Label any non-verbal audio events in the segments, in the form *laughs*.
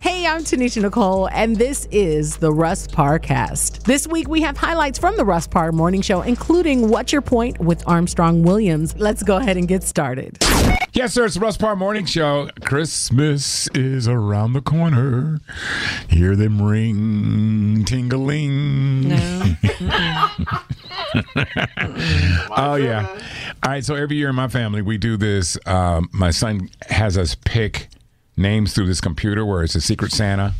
I'm Tanisha Nicole, and this is the Russ Parr Cast. This week we have highlights from the Russ Parr Morning Show, including What's Your Point with Armstrong Williams. Let's go ahead and get started. Yes, sir. It's the Russ Parr Morning Show. Christmas is around the corner. Hear them ring, tingling. *laughs* oh yeah. All right. So every year in my family, we do this. Um, my son has us pick names through this computer where it's a secret Santa,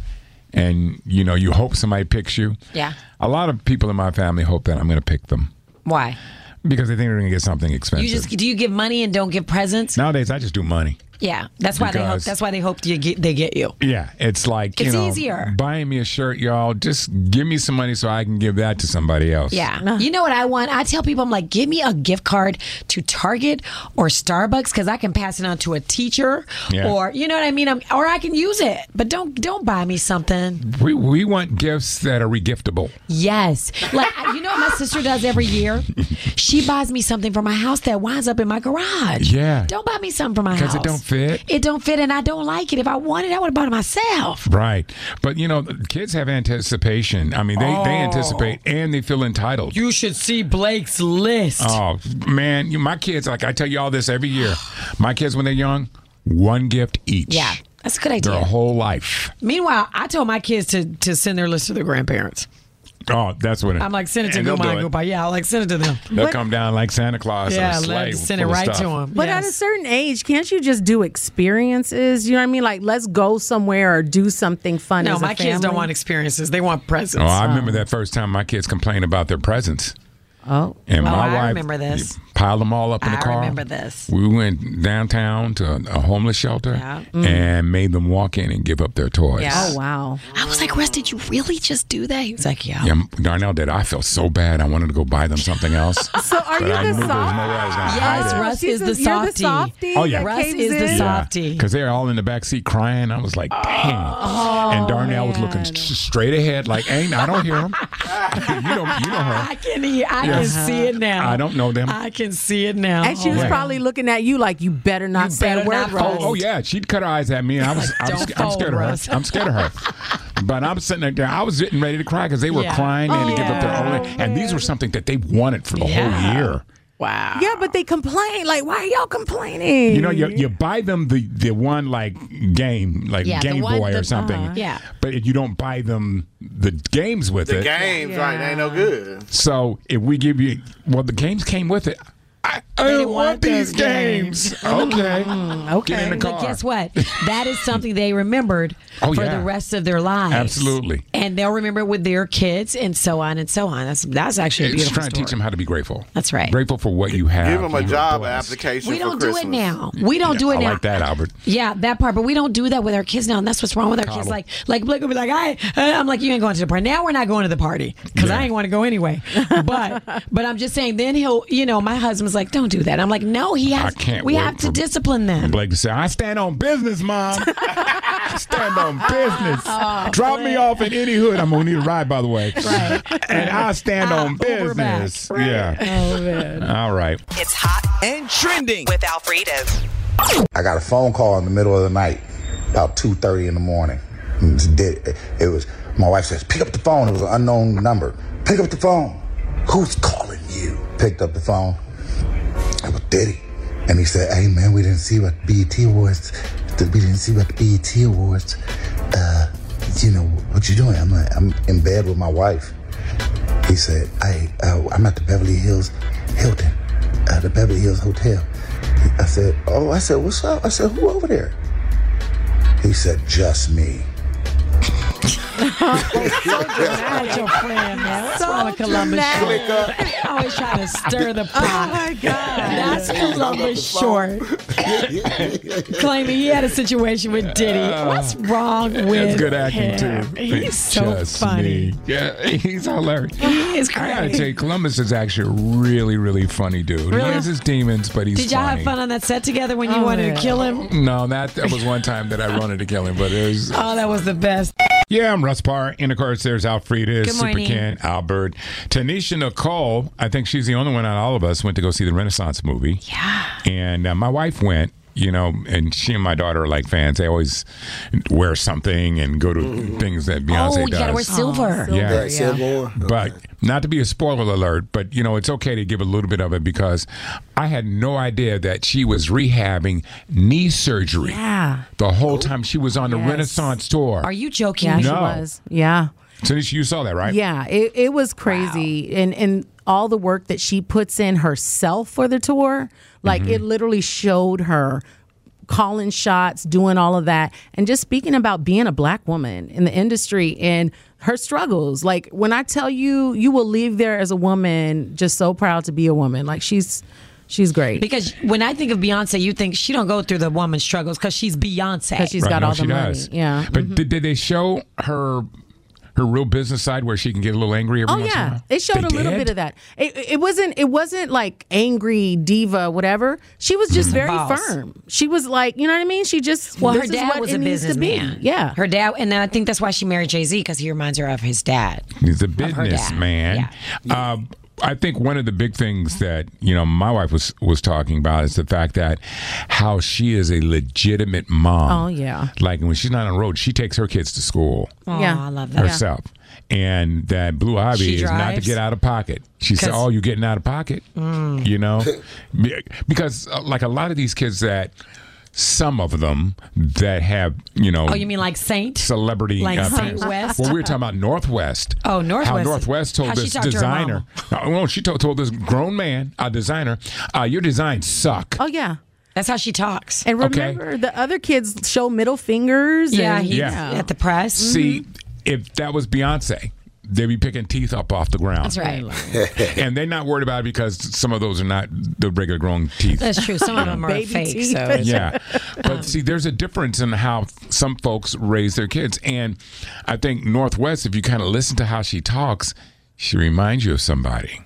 and you know you hope somebody picks you. Yeah. A lot of people in my family hope that I'm going to pick them Why? because they think they're going to get something expensive. You just do you give money and don't give presents? Nowadays, I just do money. Yeah, that's why they hope. Because- That's why they hope you get they get you. Yeah, it's like you It's know, easier. buying me a shirt, y'all. Just give me some money so I can give that to somebody else. *laughs* Yeah, you know what I want? I tell people I'm like, give me a gift card to Target or Starbucks because I can pass it on to a teacher Yeah. or you know what I mean. I'm, or I can use it, but don't don't buy me something. we we want gifts that are regiftable. Yes. Like, I- you know what my sister does every year? She buys me something for my house that winds up in my garage. Yeah. Don't buy me something for my 'Cause house. it don't fit. It don't fit, and I don't like it. If I wanted, I would have bought it myself. Right, but you know, kids have anticipation. I mean, they, Oh. they anticipate and they feel entitled. You should see Blake's list. oh man, you, my kids like I tell you all this every year. My kids when they're young, one gift each. yeah, that's a good their idea. whole life. Meanwhile, I told my kids to to send their list to their grandparents. Oh, that's what it, I'm like, send it to and they'll Grandma do and it. Grandpa. Yeah, I'll like send it to them. They'll come down like Santa Claus. in a Yeah, sleigh let send it full of right to stuff. Oh, them. But at a certain age, can't you just do experiences? You know what I mean? Like, let's go somewhere or do something fun. no, as a my kids don't family. want experiences. They want presents. Oh, I remember that first time my kids complained about their presents. Oh, And Oh, my I wife remember this. piled them all up in the I car. remember this. We went downtown to a- a homeless shelter Yeah. Mm. and made them walk in and give up their toys. Yeah. oh, wow. I was like, Russ, did you really just do that? He was like, yeah. Yeah, Darnell did. I felt so bad. I wanted to go buy them something else. So are but you I the knew there was no way I was soft? gonna Yes, hide it. Russ She's is the you're softie. softie Oh, yeah. that Russ caves is the in? soft- *laughs* Softy. Because they're all in the back seat crying. I was like, dang. Oh, and Darnell was looking s- straight ahead, like, ain't I don't hear them. *laughs* you don't, you know her. I can hear. I can see it now. I don't know them. I can see it now. And she was Yeah. probably looking at you like, you better not You say better a word, not Russ. fold. Oh yeah, she'd cut her eyes at me, and I was, I was Don't I'm scared of her. fold, Russ. I'm scared of her. But I'm sitting there. I was getting ready to cry because they were Yeah. crying and to give up Oh, their own. And these were something that they wanted for the whole Yeah. year. Wow. Yeah, but they complain. Like, why are y'all complaining? You know, you, you buy them the, the one like game, like Yeah, the Game one- Boy the- or something. uh-huh. Yeah. But you don't buy them the games with The it. games, right? They ain't no good. So if we give you, well, the games came with it. I, I don't didn't want want those Mm-hmm. these games. okay. okay. Get in the car. But guess what? That is something they remembered Oh, for yeah. the rest of their lives. Absolutely. And they'll remember it with their kids and so on and so on. That's that's actually a It's beautiful trying to story. teach them how to be grateful. That's right. Grateful for what you have. Give them a You're job blessed. application. we for don't do Christmas. it now. We don't do it I now. like that, Albert. Yeah, that part. But we don't do that with our kids now, and that's what's wrong with our Coddle. kids. Like, like Blake will be like, "I," uh, I'm like, "You ain't going to the party." Now we're not going to the party because Yeah. I ain't want to go anyway. *laughs* But, but I'm just saying. Then he'll, you know, my husband's like, "Don't do that." I'm like, "No, he has. I can't we wait have to for- discipline them." Blake to say, I stand on business, *laughs* mom. I stand on business. Drop me off in any hood. I'm gonna need a ride, by the way. Oh, Right. And I stand on Uber back. business. Yeah. *laughs* Oh man. All right. It's hot and trending. with Alfredo. I got a phone call in the middle of the night, about two thirty in the morning. And It's dead. It was my wife says, "Pick up the phone." It was an unknown number. Pick up the phone. Who's calling you? Picked up the phone. It was Diddy, and he said, "Hey man, we didn't see what BET awards. We didn't see what the BET awards. Uh, you know what you doing? I'm uh, I'm in bed with my wife." He said, "Hey, uh, I'm at the Beverly Hills Hilton, uh, the Beverly Hills Hotel." I said, "Oh, I said, what's up?" I said, "Who over there?" He said, "Just me." That's your friend, man. What's wrong with Columbus dramatic. Short? Always trying to stir the pot. Oh my God. That's Columbus Short. Claiming he had a situation with Diddy. What's wrong with That's good acting him? too. He's It's so just funny. me. Yeah, he's hilarious. He is I gotta tell crazy. you, Columbus is actually a really, really funny dude. He Really? has his demons, but he's Did y'all funny. have fun on that set together when you wanted to kill him? No, that, that was one time that I wanted to kill him, but it was Oh, that was the best. Yeah, I'm Russ Parr. And of course, there's Alfreda, Good Super morning. Ken, Albert, Tanisha Nicole. I think she's the only one out of all of us went to go see the Renaissance movie. Yeah. And uh, my wife went. you know, and she and my daughter are like fans. They always wear something and go to things that Beyonce oh, you does. gotta wear silver. Yeah. Silver, Right, yeah. More. But not to be a spoiler alert, but you know, it's okay to give a little bit of it because I had no idea that she was rehabbing knee surgery Yeah. the whole time she was on the Oh. Yes. Renaissance tour. Are you joking? Yeah, me? she No. was. Yeah. Tanisha, you saw that, right? Yeah, it, it was crazy. And and all the work that she puts in herself for the tour, like Mm-hmm. it literally showed her calling shots, doing all of that. And just speaking about being a black woman in the industry and her struggles. Like when I tell you you will leave there as a woman just so proud to be a woman. Like she's she's great. Because when I think of Beyonce, you think she don't go through the woman struggles because she's Beyonce. Because she's got no, all the she money. does. Yeah. mm-hmm. But did, did they show her her real business side where she can get a little angry every Oh once in a yeah, while? it showed They a little did? bit of that. It, it wasn't it wasn't like angry diva whatever. She was Mm-hmm. just very Boss. firm. She was like, you know what I mean? She just well, her this is dad what was it a needs to be. businessman. Yeah, her dad, and then I think that's why she married Jay Z because he reminds her of his dad. He's a I've heard that. businessman. Uh, I think one of the big Mm-hmm. things that you know my wife was was talking about is the fact that how she is a legitimate mom. Oh, yeah. Like when she's not on the road, she takes her kids to school yeah. I love that. herself, and that Blue Ivy She is not to drives? Mm. get out of pocket. She said, 'Cause- "Oh, you getting out of pocket?" You know, Be- because uh, like a lot of these kids that some of them that have you know Oh, you mean like Saint? celebrity Like uh, Saint parents. West? Well, we were talking about Northwest. How Oh, Northwest. Northwest told How she this talked to her designer. Uh, well, she told, told this grown man, a designer, uh, your designs suck. oh yeah. That's how she talks. And Okay. remember, the other kids show middle fingers. yeah, and- he's Yeah. at the press. Mm-hmm. See, if that was Beyonce, they'd be picking teeth up off the ground. That's *laughs* right. and they're not worried about it because some of those are not the regular grown teeth. *laughs* *laughs* That's true. Some of them are Baby fake. teeth. So it's- yeah. But see, there's a difference in how some folks raise their kids. And I think Northwest, if you kind of listen to how she talks, she reminds you of somebody.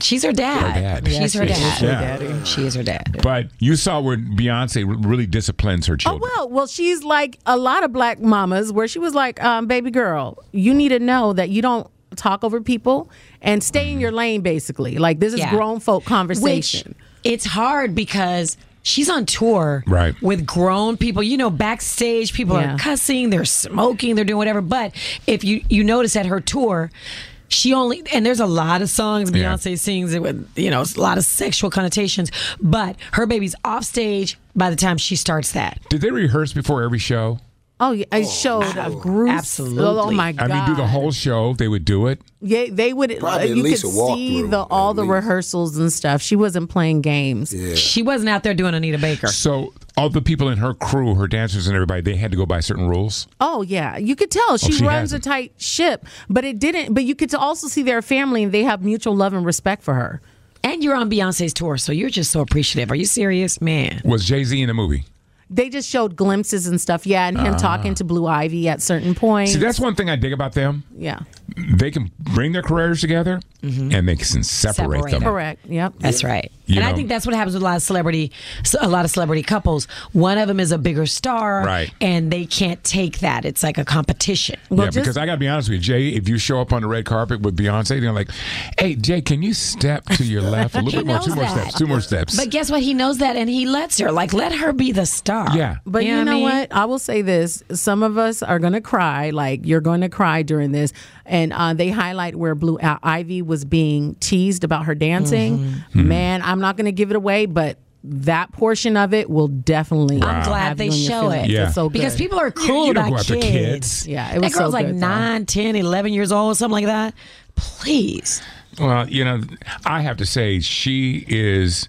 she's her dad. Her dad. She's her Yes, dad. she is. She is her dad. But you saw where Beyonce really disciplines her Oh children. well, well she's like a lot of black mamas where she was like, um, "Baby girl, you need to know that you don't talk over people and stay in your lane." Basically, like this is Mm-hmm. Yeah. grown folk Which conversation. it's hard because she's on tour Right. with grown people. You know, backstage people Yeah. are cussing, they're smoking, they're doing whatever. But if you you notice at her tour. She only and there's a lot of songs Yeah. Beyonce sings with you know a lot of sexual connotations, but her baby's off stage by the time she starts that. Did they rehearse before every show? Oh, yeah, it showed a gruesome. absolutely. Oh my I god! mean, do the whole show? They would do it. Yeah, they would. Probably at you least could a walkthrough, see the at all the least. rehearsals and stuff. She wasn't playing games. She wasn't out there doing Anita Baker. So all the people in her crew, her dancers and everybody, they had to go by certain rules. Oh yeah, you could tell she, she runs hasn't. a tight ship, but it didn't. But you could also see their family and they have mutual love and respect for her. And you're on Beyonce's tour, so you're just so appreciative. Are you serious, man? Was Jay Z in the movie? They just showed glimpses and stuff. Yeah, and him talking to Blue Ivy at certain points. Ah. See, that's one thing I dig about them. yeah, They can bring their careers together, and they can separate, Mm-hmm. Separate them. them. correct. Yep. That's right. You and I know. think that's what happens with a lot of celebrity, a lot of celebrity couples. One of them is a bigger star, Right. And they can't take that. It's like a competition. Well, yeah, just- because I got to be honest with you, Jay. If you show up on the red carpet with Beyonce, they're like, "Hey, Jay, can you step to *laughs* your left a little bit more? knows Two more that. steps. Two more steps." But guess what? He knows that, and he lets her. Like, let her be the star. Yeah. But you I know mean? what? I will say this: some of us are going to cry. Like you're going to cry during this, and uh, they highlight where Blue I- Ivy was being teased about her dancing. Mm-hmm. Hmm. Man, I'm not going to give it away, but that portion of it will definitely. I'm glad have they you in your show feelings. it. Yeah. It's so good. Because people are cruel you don't about go after kids. kids. Yeah, it that was so girl's like good, though. nine, ten, eleven 9, 10, 11 years old, something like that. Please. Well, you know, I have to say she is.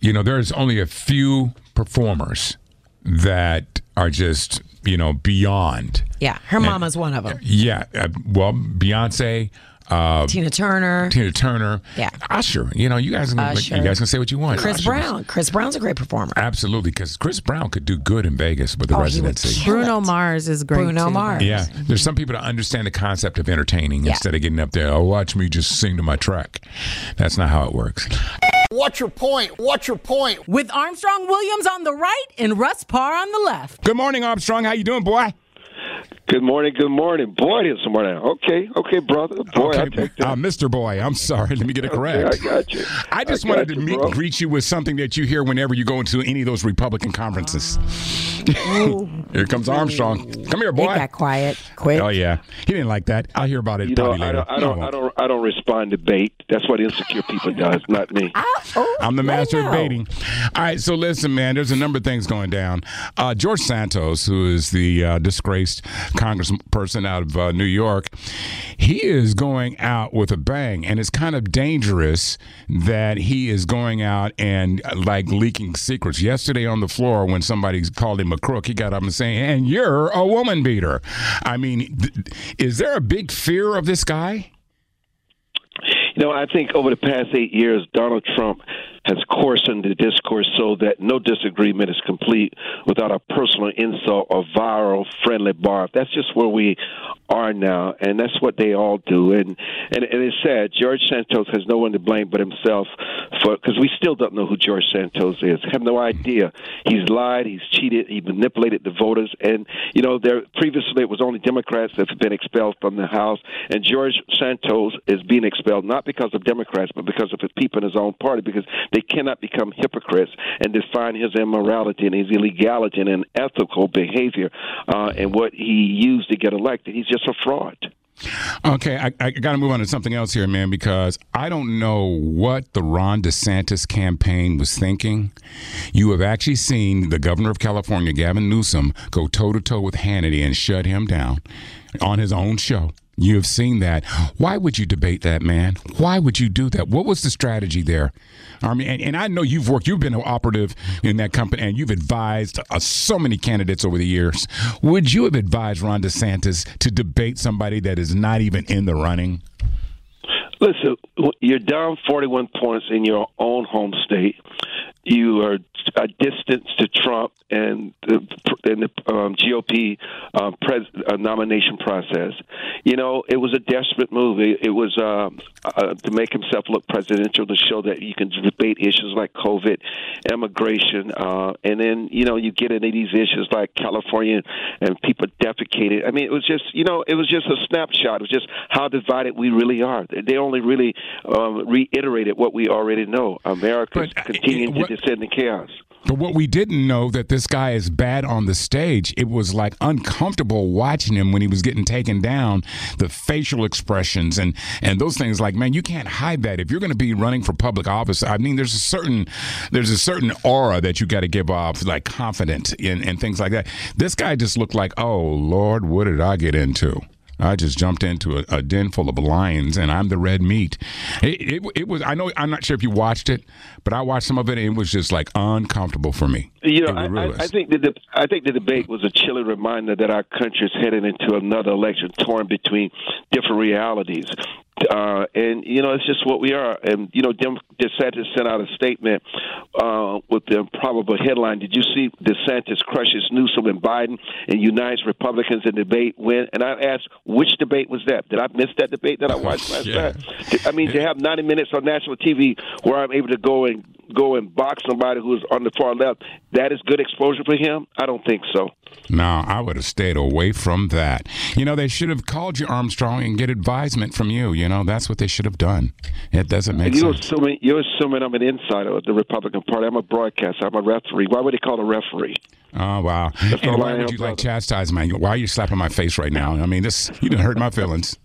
You know, there's only a few performers that are just you know beyond. Yeah. Her mama's one of them. Yeah. Uh, well, Beyonce, uh, Tina Turner. Tina Turner, Yeah. Usher. You know, you guys, can, Usher. you guys can say what you want. Chris Usher was- Brown. Chris Brown's a great performer. Absolutely, because Chris Brown could do good in Vegas with the Oh, he would residency. kill Bruno it. Mars is great. Bruno too. Mars. Yeah, there's some people that understand the concept of entertaining instead of getting up there. Oh, watch me just sing to my track. That's not how it works. What's your point? What's your point? With Armstrong Williams on the right and Russ Parr on the left. Good morning, Armstrong. How you doing, boy? Good morning. Good morning. Boy, it is somewhere now. Okay. Okay, brother. Boy, I Okay, take that. uh, Mr. Boy, I'm sorry. Let me get it correct. I got you. I just I got wanted to you, meet, bro. greet you with something that you hear whenever you go into any of those Republican conferences. *laughs* here comes Armstrong. Come here, It boy. got quiet quick. Oh yeah, he didn't like that. I'll hear about it You know, probably I later. Oh, don't, I No, don't, won't. I don't, I don't respond to bait. That's what insecure *laughs* people does, not me. I'm the master of baiting. All right, so listen, man, there's a number of things going down. Uh, George Santos, who is the uh, disgraced congressperson out of uh, New York, he is going out with a bang, and it's kind of dangerous that he is going out and uh, like leaking secrets. Yesterday on the floor, when somebody called him a crook, he got up and saying, "And you're a woman beater." I mean, th- is there a big fear of this guy? You know, I think over the past eight years, Donald Trump has coarsened the discourse so that no disagreement is complete without a personal insult or viral friendly barf. That's just where we are now, and that's what they all do. And and, and it's sad. George Santos has no one to blame but himself for because we still don't know who George Santos is. Have no idea. He's lied. He's cheated. He manipulated the voters. And you know, there previously it was only Democrats that have been expelled from the House. And George Santos is being expelled not because of Democrats, but because of his people in his own party, because they cannot become hypocrites and define his immorality and his illegality and unethical behavior uh, and what he used to get elected. He's just a fraud. Okay, I, I got to move on to something else here, man, because I don't know what the Ron DeSantis campaign was thinking. You have actually seen the governor of California, Gavin Newsom, go toe to toe with Hannity and shut him down on his own show. You have seen that. Why would you debate that, man? Why would you do that? What was the strategy there? I mean, and, and I know you've worked, you've been an operative in that company, and you've advised uh, so many candidates over the years. Would you have advised Ron DeSantis to debate somebody that is not even in the running? Listen, you're down 41 points in your own home state. You are a distance to Trump and the, and the um, GOP um, pres, uh, nomination process. You know, it was a desperate move. It, it was uh, uh, to make himself look presidential to show that you can debate issues like COVID, immigration, uh, and then you know you get into these issues like California and people defecated. I mean, it was just you know it was just a snapshot. It was just how divided we really are. They- They only really um, reiterated what we already know. America But, uh, continuing what- to descend in chaos. But what we didn't know that this guy is bad on the stage. It was like uncomfortable watching him when he was getting taken down. The facial expressions and and those things like, man, you can't hide that. If you're going to be running for public office, I mean, there's a certain there's a certain aura that you got to give off, like confident and and things like that. This guy just looked like, oh Lord, what did I get into? I just jumped into a, a den full of lions, and I'm the red meat. It, it, it was. I know. I'm not sure if you watched it, but I watched some of it, and it was just like uncomfortable for me. You know, It I, really I, I was. think the de- I think the debate was a chilling reminder that our country is headed into another election torn between different realities, uh, and you know it's just what we are. And you know, Dem- DeSantis sent out a statement uh, with the improbable headline: "Did you see DeSantis crushes Newsom and Biden and unites Republicans in debate?" When and I asked, which debate was that? Did I miss that debate Oh, that I watched last Yeah. night? I mean, to have 90 minutes on national TV where I'm able to go and go and box somebody who's on the far left, that is good exposure for him? I don't think so. No, I would have stayed away from that. You know, they should have called you Armstrong and get advisement from you. You know, that's what they should have done. It doesn't make You're sense. assuming, you're assuming I'm an insider of the Republican Party. I'm a broadcaster. I'm a referee. Why would they call a referee? Oh wow! And all why I would am, you like brother. chastise me? Why are you slapping my face right now? I mean, this you didn't hurt my feelings.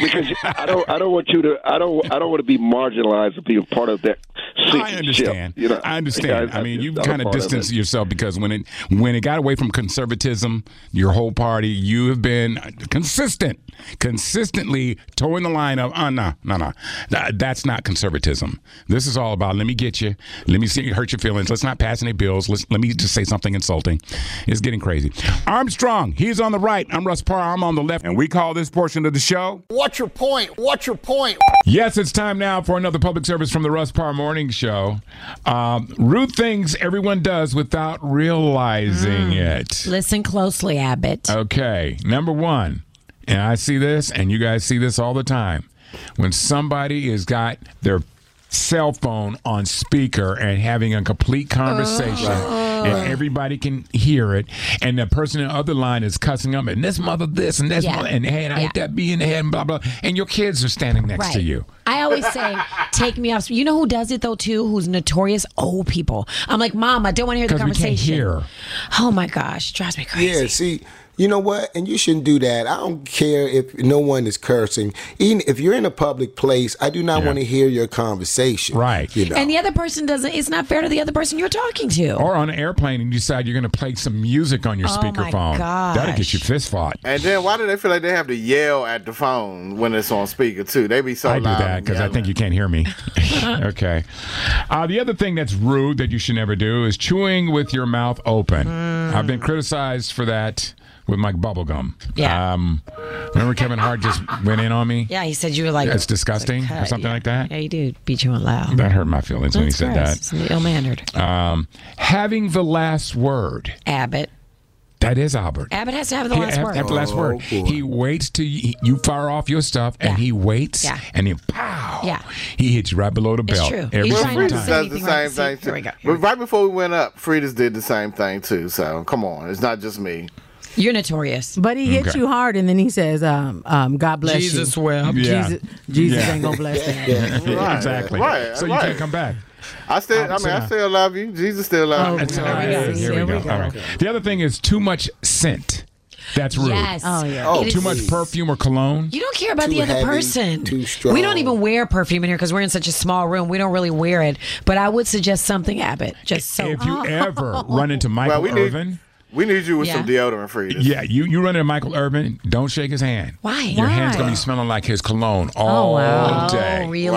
Because you- I don't, I don't want you to, I don't, I don't want to be marginalized and be a part of that. sinking I ship, understand. you know? I understand. I, mean, I'm you've not a kind of part it. distanced yourself because when it when it got away from conservatism, your whole party, you have been consistent, consistently towing the line of, oh, no, no, no, Th- that's not conservatism. This is all about let me get you, let me see, hurt your feelings. Let's not pass any bills. Let's let me just say something insulting. It's getting crazy. Armstrong, he's on the right. I'm Russ Parr. I'm on the left, and we call this portion of the show. What's your point? What's your point? Yes, it's time now for another public service from the Russ Parr Morning Show. Um, rude things everyone does without realizing Mm. it. Listen closely, Abbott. Okay, number one, and I see this, and you guys see this all the time. When somebody has got their cell phone on speaker and having a complete conversation Oh. and everybody can hear it. And the person in the other line is cussing up, and this mother this, and this Yeah. mother, and hey, and I Yeah. hate that bee in the head, and blah blah. And your kids are standing next to you. I always say, take me off. You know who does it though too? Who's notorious? Old people. I'm like, mom, I don't want to hear the 'Cause we can't conversation. hear. Oh my gosh, it drives me crazy. Yeah, see, you know what? And you shouldn't do that. I don't care if no one is cursing. Even if you're in a public place, I do not Yeah. want to hear your conversation. Right. You know. And the other person doesn't. It's not fair to the other person you're talking to. Or on an airplane, and you decide you're going to play some music on your Oh, my speakerphone. That'll get gosh. you fist fought. And then why do they feel like they have to yell at the phone when it's on speaker too? They be so I do loud. that and because I yelling. think you can't hear *laughs* me. okay. Uh, the other thing that's rude that you should never do is chewing with your mouth open. Mm. I've been criticized for that with my bubble gum. Yeah. Um, remember Kevin Hart just went in on me? yeah, he said you were like. It's disgusting Cut, or something yeah. like that. Yeah, you do beat you out loud. That hurt my feelings when he That's said gross. It's ill-mannered. that. Um, having the last word. Abbott. That is Albert. Abbott has to have the He- last af- word. after last word. Oh, boy. He waits till you, you fire off your stuff, and Yeah. he waits, Yeah. and then pow, Yeah. he hits you right below the It's belt true. every He's Well, trying single not to Frida's time. say- does the anything same right. thing See, here too. we go, here we But right before we went up, Frida's did the same thing too. So come on, it's not just me. You're notorious. But he hits Okay. you hard, and then he says, um, um, "God bless Jesus you." wept. Yeah. Jesus, Jesus *laughs* Yeah. ain't gonna bless that. Right, exactly. right, so you right. can't come back. I still, I Opposite mean, I now. still love you. Jesus still Oh, love you. That's you. all right. know? All right, Yes, Here we there go. we go. All right. The other thing is too much scent. That's rude. Yes. Oh, yeah. Oh, It is- Too much perfume or cologne. You don't care about Too the other heavy, person. too strong. We don't even wear perfume in here because we're in such a small room. We don't really wear it. But I would suggest something, Abbott. Just so. If *laughs* you ever run into Michael we need- Irvin, We need you with some Yeah. deodorant, Frida. yeah, you, you run into Michael Irvin, don't shake his hand. Why? Your hand's gonna be smelling like his cologne all wow. day. Oh, really?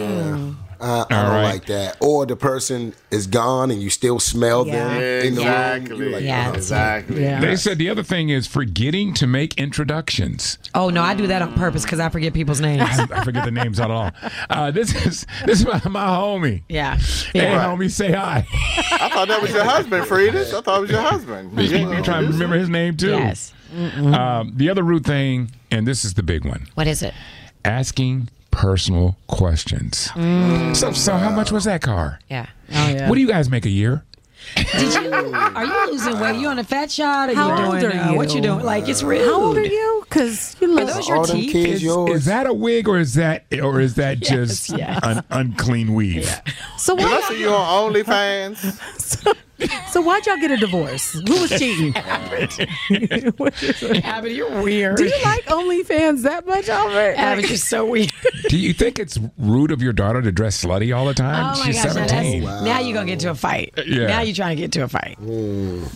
I, I All don't right. like that. Or the person is gone and you still smell Yeah. them. in the room. Exactly. You're like, Yeah. "Oh, Exactly. Yeah. Uh-huh. They said the other thing is forgetting to make introductions. Oh no, I do that on purpose because I forget people's names. *laughs* I, I forget the names at all. Uh, this is this is my, my homie. yeah. Hey, homie, say hi. I thought that was your husband, Frida. I thought it was your *laughs* husband. You you trying to remember his name too? Yes. Um, the other rude thing, and this is the big one: What is it? asking personal questions. So, so how much was that car? Mm. Yeah. Oh, What do you guys make a year? Did you? Are you losing weight? You on a fat shot? Are How you old doing? are uh, What you? you doing? Like it's real. How old are you? Because you Are look. those All your them teeth? kids yours. Is that a wig or is that or is that just yes. an unclean weave? So Did I why? see you *laughs* on OnlyFans? So why'd y'all get a divorce? Who was cheating? Abbott, you're weird. Do you like OnlyFans that much, Albert? *laughs* Abbott, you're so weird. Do you think it's rude of your daughter to dress slutty all the time? Oh my She's gosh, now, that's, 17. now you're gonna get into a fight. Yeah. Now you're trying to get into a fight.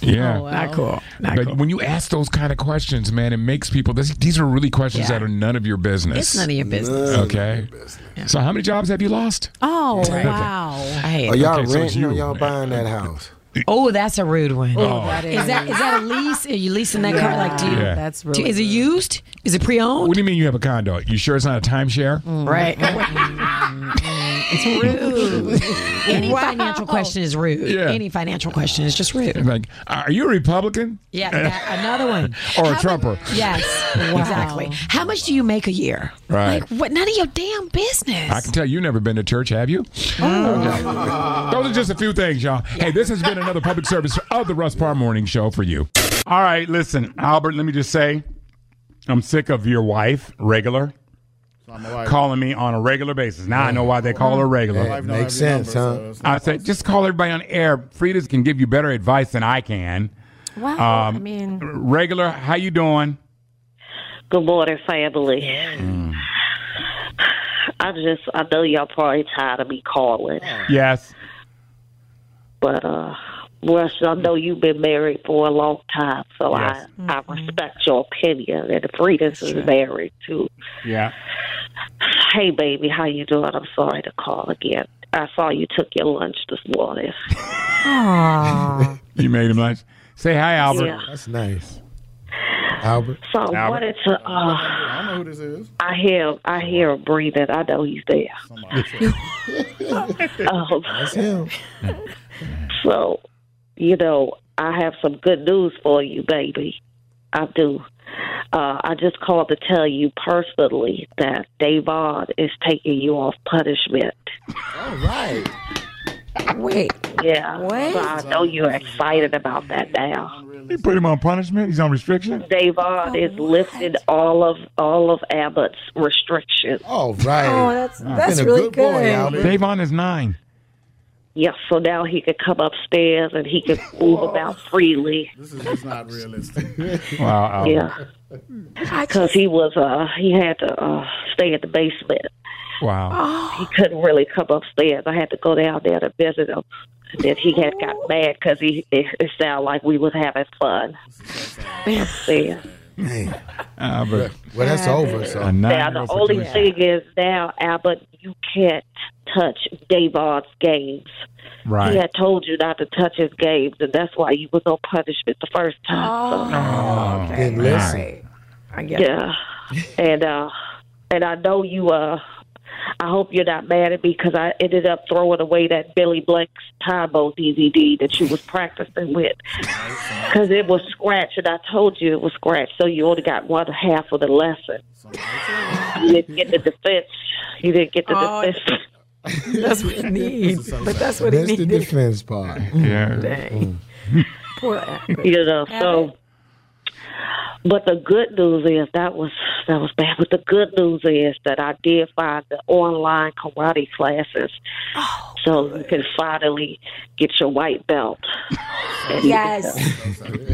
Yeah. Not cool. Not But cool. when you ask those kind of questions, man, it makes people. This, these are really questions Yeah. that are none of your business. It's none of your business. Okay. So how many jobs have you lost? Oh wow! I hate Are it. y'all Okay, so it's renting or you. y'all buying that house? Oh, that's a rude one. Oh, that is. Is that is that a lease? Are you leasing that car? Like, do you? Yeah. That's do- really. is it used? Is it pre-owned? What do you mean you have a condo? You sure it's not a timeshare? *laughs* Right. mm, *laughs* it's rude. Any financial question is rude. Yeah. Any financial question is just rude. Like, are you a Republican? Yeah, that, another *laughs* one. Or a How Trumper. mu- yes, exactly. How much do you make a year? Right. Like, what? None of your damn business. I can tell you've never been to church, have you? Okay. Those are just a few things, y'all. Hey, this has been another public service of the Russ Parr Morning Show for you. All right, listen, Albert, let me just say I'm sick of your wife, regular, calling me on a regular basis. Now I know why they call her regular. Makes sense, huh? I said, just call everybody on air. Frida's can give you better advice than I can. Um, Wow, I mean, Regular, how you doing? good morning, family. Mm. I just, I know y'all probably tired of me calling, Yes. but uh, Russ, I know you've been married for a long time, so Yes. I, I respect your opinion. And Frida's is married too. Yeah. Hey, baby, how you doing? I'm sorry to call again. I saw you took your lunch this morning. You made him lunch. Say hi, Albert. Yeah. That's nice. Albert. So I Albert. wanted to. Uh, I know who this is. I hear, I hear him breathing. I know he's there. *laughs* um, Yeah. So, you know, I have some good news for you, baby. I do. Uh, I just called to tell you personally that Davon is taking you off punishment. All right. Wait. Yeah. What? So I know you're excited about that now. They put him on punishment. He's on restriction. Davon is lifted all of all of Abbott's restrictions. All right. Oh, that's- that's really good. Davon is nine. Yes, so now he could come upstairs *laughs* and he could move about freely. This is just not realistic. Wow. Yeah. Because he was uh he had to uh stay at the basement. Wow. He couldn't really come upstairs. I had to go down there to visit him. And Then he had got mad because he it, it sounded like we was having fun. upstairs. Uh, but well, that's over, so. A Now nine the only thing is now, Albert, you can't touch Davon's games. He Right. had told you not to touch his games, and that's why you was on punishment the first time. Oh, Then listen. I So, get it. yeah, and uh, and I know you. Uh, I hope you're not mad at me because I ended up throwing away that Billy Blake's Timbo DVD that you was practicing with because it was scratched, and I told you it was scratched, so you only got one half of the lesson. you didn't get the defense. You didn't get the Oh, defense. That's what he needs. But that's what he That's the needed. defense part. Yeah. Dang. Poor Abbott. you know so but the good news is that was that was bad but the good news is that i did find the online karate classes so you can finally get your white belt And you can Yes.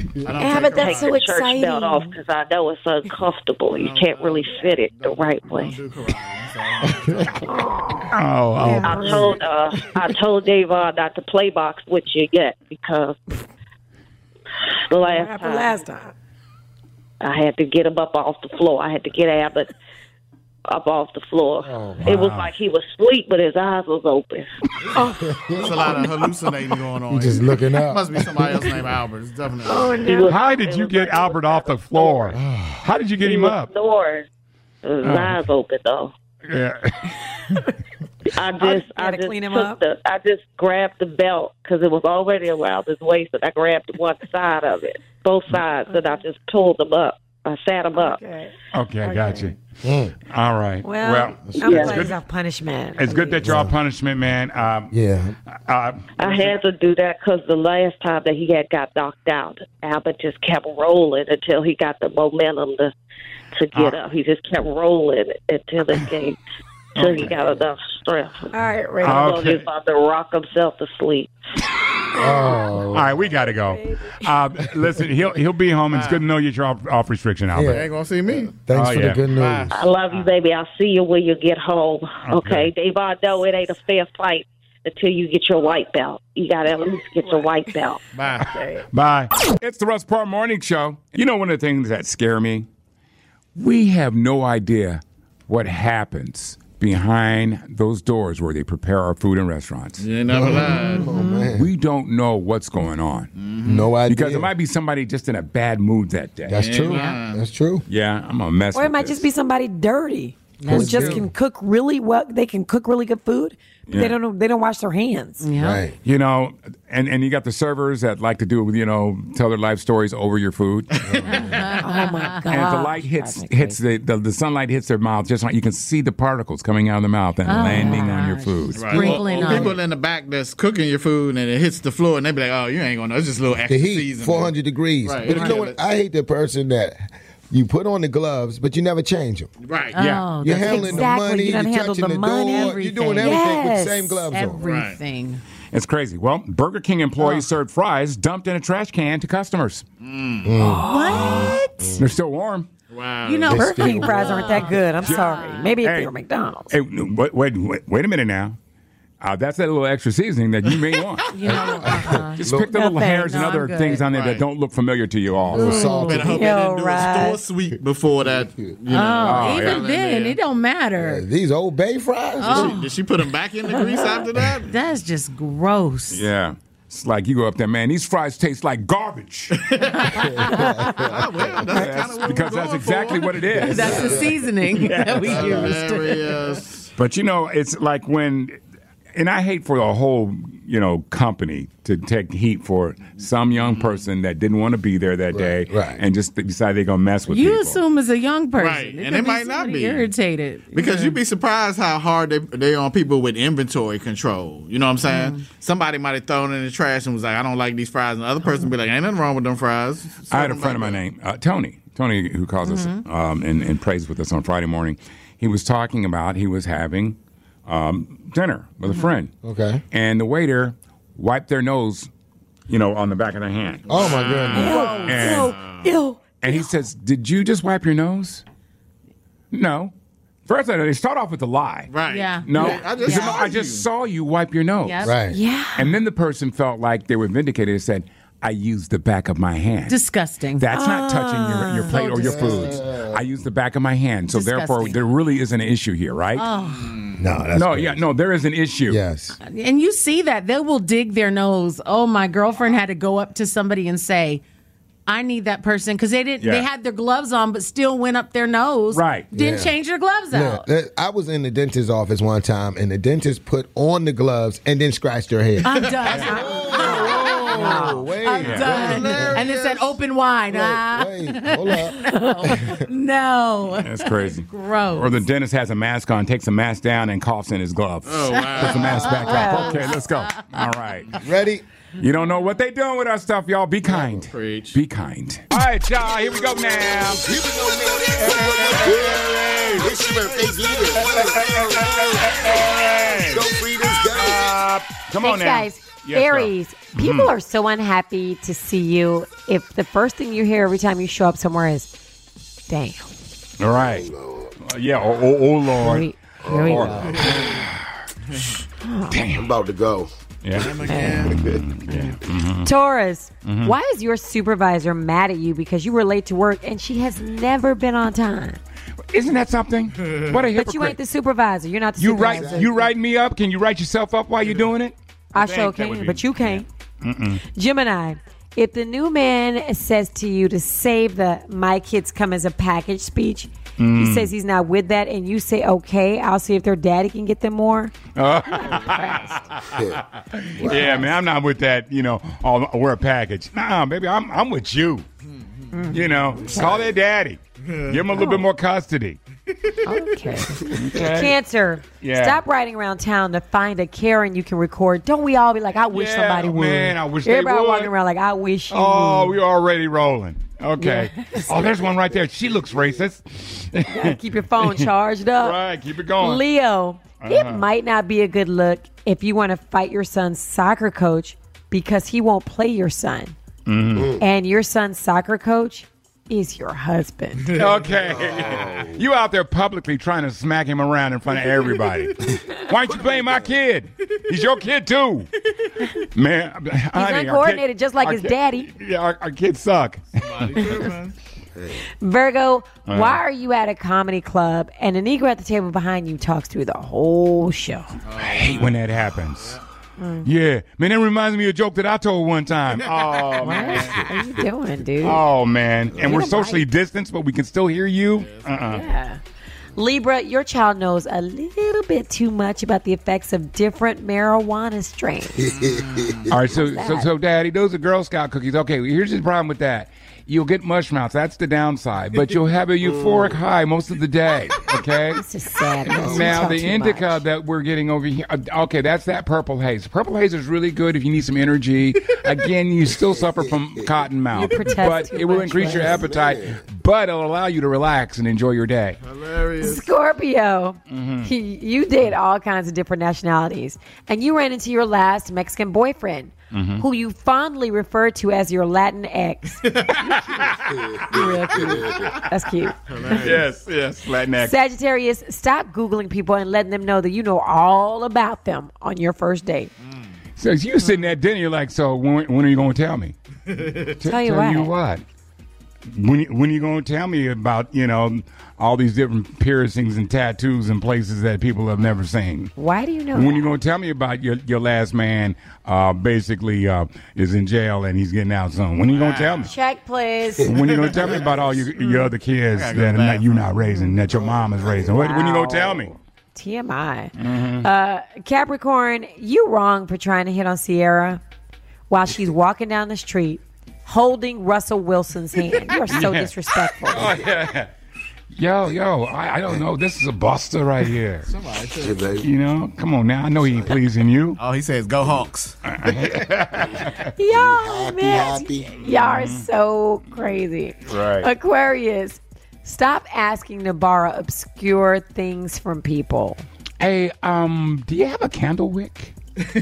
take Abbott, that's so the church exciting. belt off because i know it's uncomfortable you can't really fit it the right *laughs* way Do karate, so- Oh, oh. I told uh, I told Davon not to play box with you yet because the What last happened time last time? I had to get him up off the floor. I had to get Abbott up off the floor. Oh, It was like he was asleep, but his eyes was open. Oh, There's a lot of hallucinating going on. You just here. looking up. Must be somebody else named Albert. It's definitely. no. How did you get Albert off the floor? How did you get He him was up? snoring. His Oh. eyes open though. Yeah. *laughs* I just you I had to just clean him took up? the I just grabbed the belt because it was already around his waist, and I grabbed one side of it, both Mm-hmm. sides, and I just pulled him up. I sat him up. Okay. Okay, I got you. All right. Well, Well, I'm Yeah. glad he's off punishment. it's good that you're on punishment, man. Um, Yeah. uh, I had to do that because the last time that he had got knocked out, Albert just kept rolling until he got the momentum to to get Uh. up. He just kept rolling until the *laughs* game, until he got enough strength. All right, Ray. I thought he uh, Okay. was about to rock himself to sleep. all Oh, right, we got to go. Uh, listen, he'll he'll be home. It's good to know you're off, off restriction, Albert. They ain't gonna see me. thanks Oh, for yeah. the good news. Bye. I love you, baby. I'll see you when you get home. Okay, Davon, no, it ain't a fair fight until you get your white belt. You got to at least get your white *laughs* belt. Bye. Bye. It's the Russ Parr Morning Show. You know, one of the things that scare me, we have no idea what happens behind those doors where they prepare our food in restaurants. You ain't never lied. Oh Mm-hmm. man, We don't know what's going on no idea. because it might be somebody just in a bad mood that day. That's true. Yeah. That's true. yeah, I'm gonna mess. Or with it might this. just be somebody dirty who That's just true. can cook really well. They can cook really good food, but Yeah. they don't. They don't wash their hands. Right. You know, and, and you got the servers that like to do, you know, tell their life stories over your *laughs* food. Oh *laughs* my god! And if the light hits hits the, the the sunlight hits their mouth, just like you can see the particles coming out of the mouth Oh and landing on your food. Right. Sprinkling Or- or on people in the back that's cooking your food and it hits the floor and they be like, "Oh, you ain't gonna know. It's just a little The extra heat, season." 400 degrees. Right. But you know Right. what? I hate the person that you put on the gloves, but you never change them. Right. Oh, You're that's handling exactly. the money, You done are handled touching the the, money, door, you're doing everything. everything with Yes. the same gloves on. everything. It's crazy. Well, Burger King employees served fries dumped in a trash can to customers. Mm. What? They're still warm. Wow. You know, Burger King fries aren't that good. I'm sorry. Maybe if Hey. they were McDonald's. Hey, wait, wait, wait, wait a minute now. Uh, that's that little extra seasoning that you *laughs* may want. you know, uh-uh. Just pick the No little thanks. hairs and No, other I'm good. things on there that Right. don't look familiar to you all. Salt. Better hope Yo, they didn't do right. a store sweep *laughs* before that. You know, Oh, Oh, even yeah. then, it don't Uh, matter. These old bay fries? Oh. She- did she put them back in the grease after that? That's just gross. Yeah. It's like you go up there, man. These fries taste *laughs* like garbage. Oh, well, that's kind of what because we're that's going exactly for. what it is. That's the seasoning that we use. Hilarious. But you know, it's like when and I hate for the whole you know company to take heat for some young person that didn't want to be there that day and just decided they're gonna mess with you people. assume it's a young person, Right, and could it might not somebody be. irritated Because Yeah. you'd be surprised how hard they they on people with inventory control. You know what I'm saying? Mm. Somebody might have thrown in the trash and was like, "I don't like these fries," and the other person be like, "Ain't nothing wrong with them fries." I had a friend of mine named uh, Tony. Tony, who calls Mhm. Mm-hmm. us um, and, and prays with us on Friday morning, he was talking about he was having um, dinner with Mm-hmm. a friend. Okay. And the waiter wiped their nose, you know, on the back of their hand. Oh my goodness. And, and he says, "Did you just wipe your nose?" No. First, they start off with a lie. Right. Yeah. No, Yeah. I, just Yeah. saw I just saw you wipe your nose. Yep. Right. Yeah. And then the person felt like they were vindicated and said, I used the back of my hand. disgusting. That's not touching Oh. your, your plate or your foods. I used the back of my hand. So therefore, Disgusting. there really is an issue here, right? Oh. No, that's no, yeah, no, there is an issue. Yes. And you see that they will dig their nose. Oh, my girlfriend had to go up to somebody and say, "I need that person" because they didn't. They Yeah. had their gloves on, but still went up their nose. Right. Didn't Yeah. change their gloves Look, out. that- I was in the dentist's office one time, and the dentist put on the gloves and then scratched their head. I'm done. I'm done. And it said open wide. ah. *laughs* no. no. That's *laughs* crazy. Gross. Or the dentist has a mask on, takes the mask down, and coughs in his glove. Oh, wow. Puts the mask back Wow. up. Okay, let's go. All right. Ready? You don't know what they doing with our stuff, y'all. Be kind. Preach. Be kind. All right, y'all. Here we go now. Here we go now. It's your birthday, Go free this guy. Come on Thanks, now. guys. Yes, girl. Aries, people Mhm. are so unhappy to see you. If the first thing you hear every time you show up somewhere is, "Damn, All right. Uh, yeah. Oh, oh, oh Lord. Oh, here we Lord. I'm about to go. Yeah. Taurus, Mhm. Mm-hmm. why is your supervisor mad at you because you were late to work and she has never been on time?" Isn't that something? What a But you hypocrite. ain't the supervisor. You're not the You supervisor. write you writing me up? Can you write yourself up while you're doing it? I sure think that would can, be- but you can't. Mm-mm. Gemini, if the new man says to you to save the my kids come as a package speech, he Mm. says he's not with that, and you say, okay, I'll see if their daddy can get them more. Uh, yeah, man, I'm not with that. You know, oh, we're a package. Nah, baby, I'm I'm with you. Mm-hmm. You know, call their daddy. Give him a little bit more custody. Oh. Okay. Okay. Cancer, Yeah. stop riding around town to find a Karen you can record. Don't we all be like, I wish Yeah, somebody would. man, I wish they Everybody would. walking around like, I wish you *laughs* Oh, would. we're already rolling. Okay. Yeah. Oh, there's one right there. She looks racist. Keep your phone charged up. Right, keep it going. Leo, Uh-huh. it might not be a good look if you want to fight your son's soccer coach because he won't play your son. Mhm. And your son's soccer coach is *laughs* your *laughs* husband. Okay. Oh. You out there publicly trying to smack him around in front of *laughs* everybody. Why aren't you playing my kid? He's your kid too. Man, he's uncoordinated, just like his daddy. Yeah, our, our kids suck. Virgo, Uh-huh. why are you at a comedy club and the Negro at the table behind you talks through the whole show? I hate when that happens. Yeah, man, that reminds me of a joke that I told one time. Oh, *laughs* What are you doing, dude? oh man, and we're Get 'em socially distanced, but we can still hear you. Uh-uh. Yeah. Libra, your child knows a little bit too much about the effects of different marijuana strains. All right, so, What's so that? so daddy, those are Girl Scout cookies. Okay, here's the problem with that. You'll get mushmouths. That's the downside. But you'll have a euphoric high most of the day. Okay. this is sad. You Now talk the too indica that we're getting over here. uh, Okay, that's that purple haze. Purple haze is really good if you need some *laughs* energy. Again, you still suffer from cotton mouth, You protest but too it will much, increase your Wes. appetite. But it'll allow you to relax and enjoy your day. Scorpio, Mhm. he- you did all kinds of different nationalities, and you ran into your last Mexican boyfriend, Mm-hmm. Mhm. who you fondly refer to as your Latin ex. Real cute. That's cute. yes, yes, Latinx. Sagittarius, stop googling people and letting them know that you know all about them on your first date. So you sitting at dinner, you're like, so when, when are you going to tell me? *laughs* T- Tell you tell what. you what. When you- when you going to tell me about you know all these different piercings and tattoos and places that people have never seen? Why do you know? When that? you going to tell me about your your last man? Uh, basically, uh, is in jail and he's getting out soon. When you going to tell me? Check, please. When you going to tell me about all your, your other kids I gotta go that are to the not, you're not raising that your mom is raising? When, when you going to tell me? TMI. Mm-hmm. Uh, Capricorn, you wrong for trying to hit on Sierra while she's walking down the street holding Russell Wilson's hand. You are *laughs* so Yeah. disrespectful. Oh, yeah. Yo, yo, I, I don't know. This is a buster right here. Somebody said- *laughs* You know, come on now. I know he ain't pleasing you. Oh, he says, go Hawks. Y'all, man, happy. Mm-hmm. y'all are so crazy. Right. Aquarius, stop asking to borrow obscure things from people. Hey, um, do you have a candle wick? *laughs*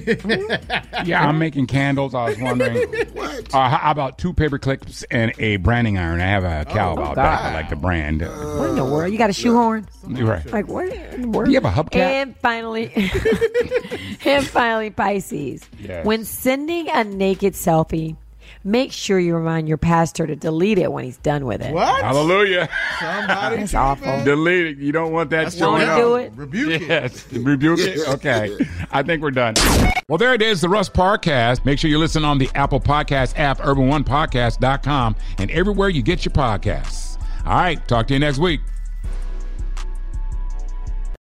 yeah, I'm making candles. I was wondering. *laughs* what? Uh, how about two paper clips and a branding iron? I have a cow about that. I like the brand. What in the world? You got a shoehorn? right. Like what in the world? You have a hubcap? And finally, *laughs* and finally, Pisces. Yes. When sending a naked selfie, make sure you remind your pastor to delete it when he's done with it. Hallelujah. Somebody That's awful. Delete it. You don't want that That's showing Wanna up. do it? Rebuke yes. it. Rebuke it. Okay. I think we're done. Well, there it is, the Russ Podcast. Make sure you listen on the Apple Podcast app, urbanonepodcast.com, and everywhere you get your podcasts. All right. Talk to you next week.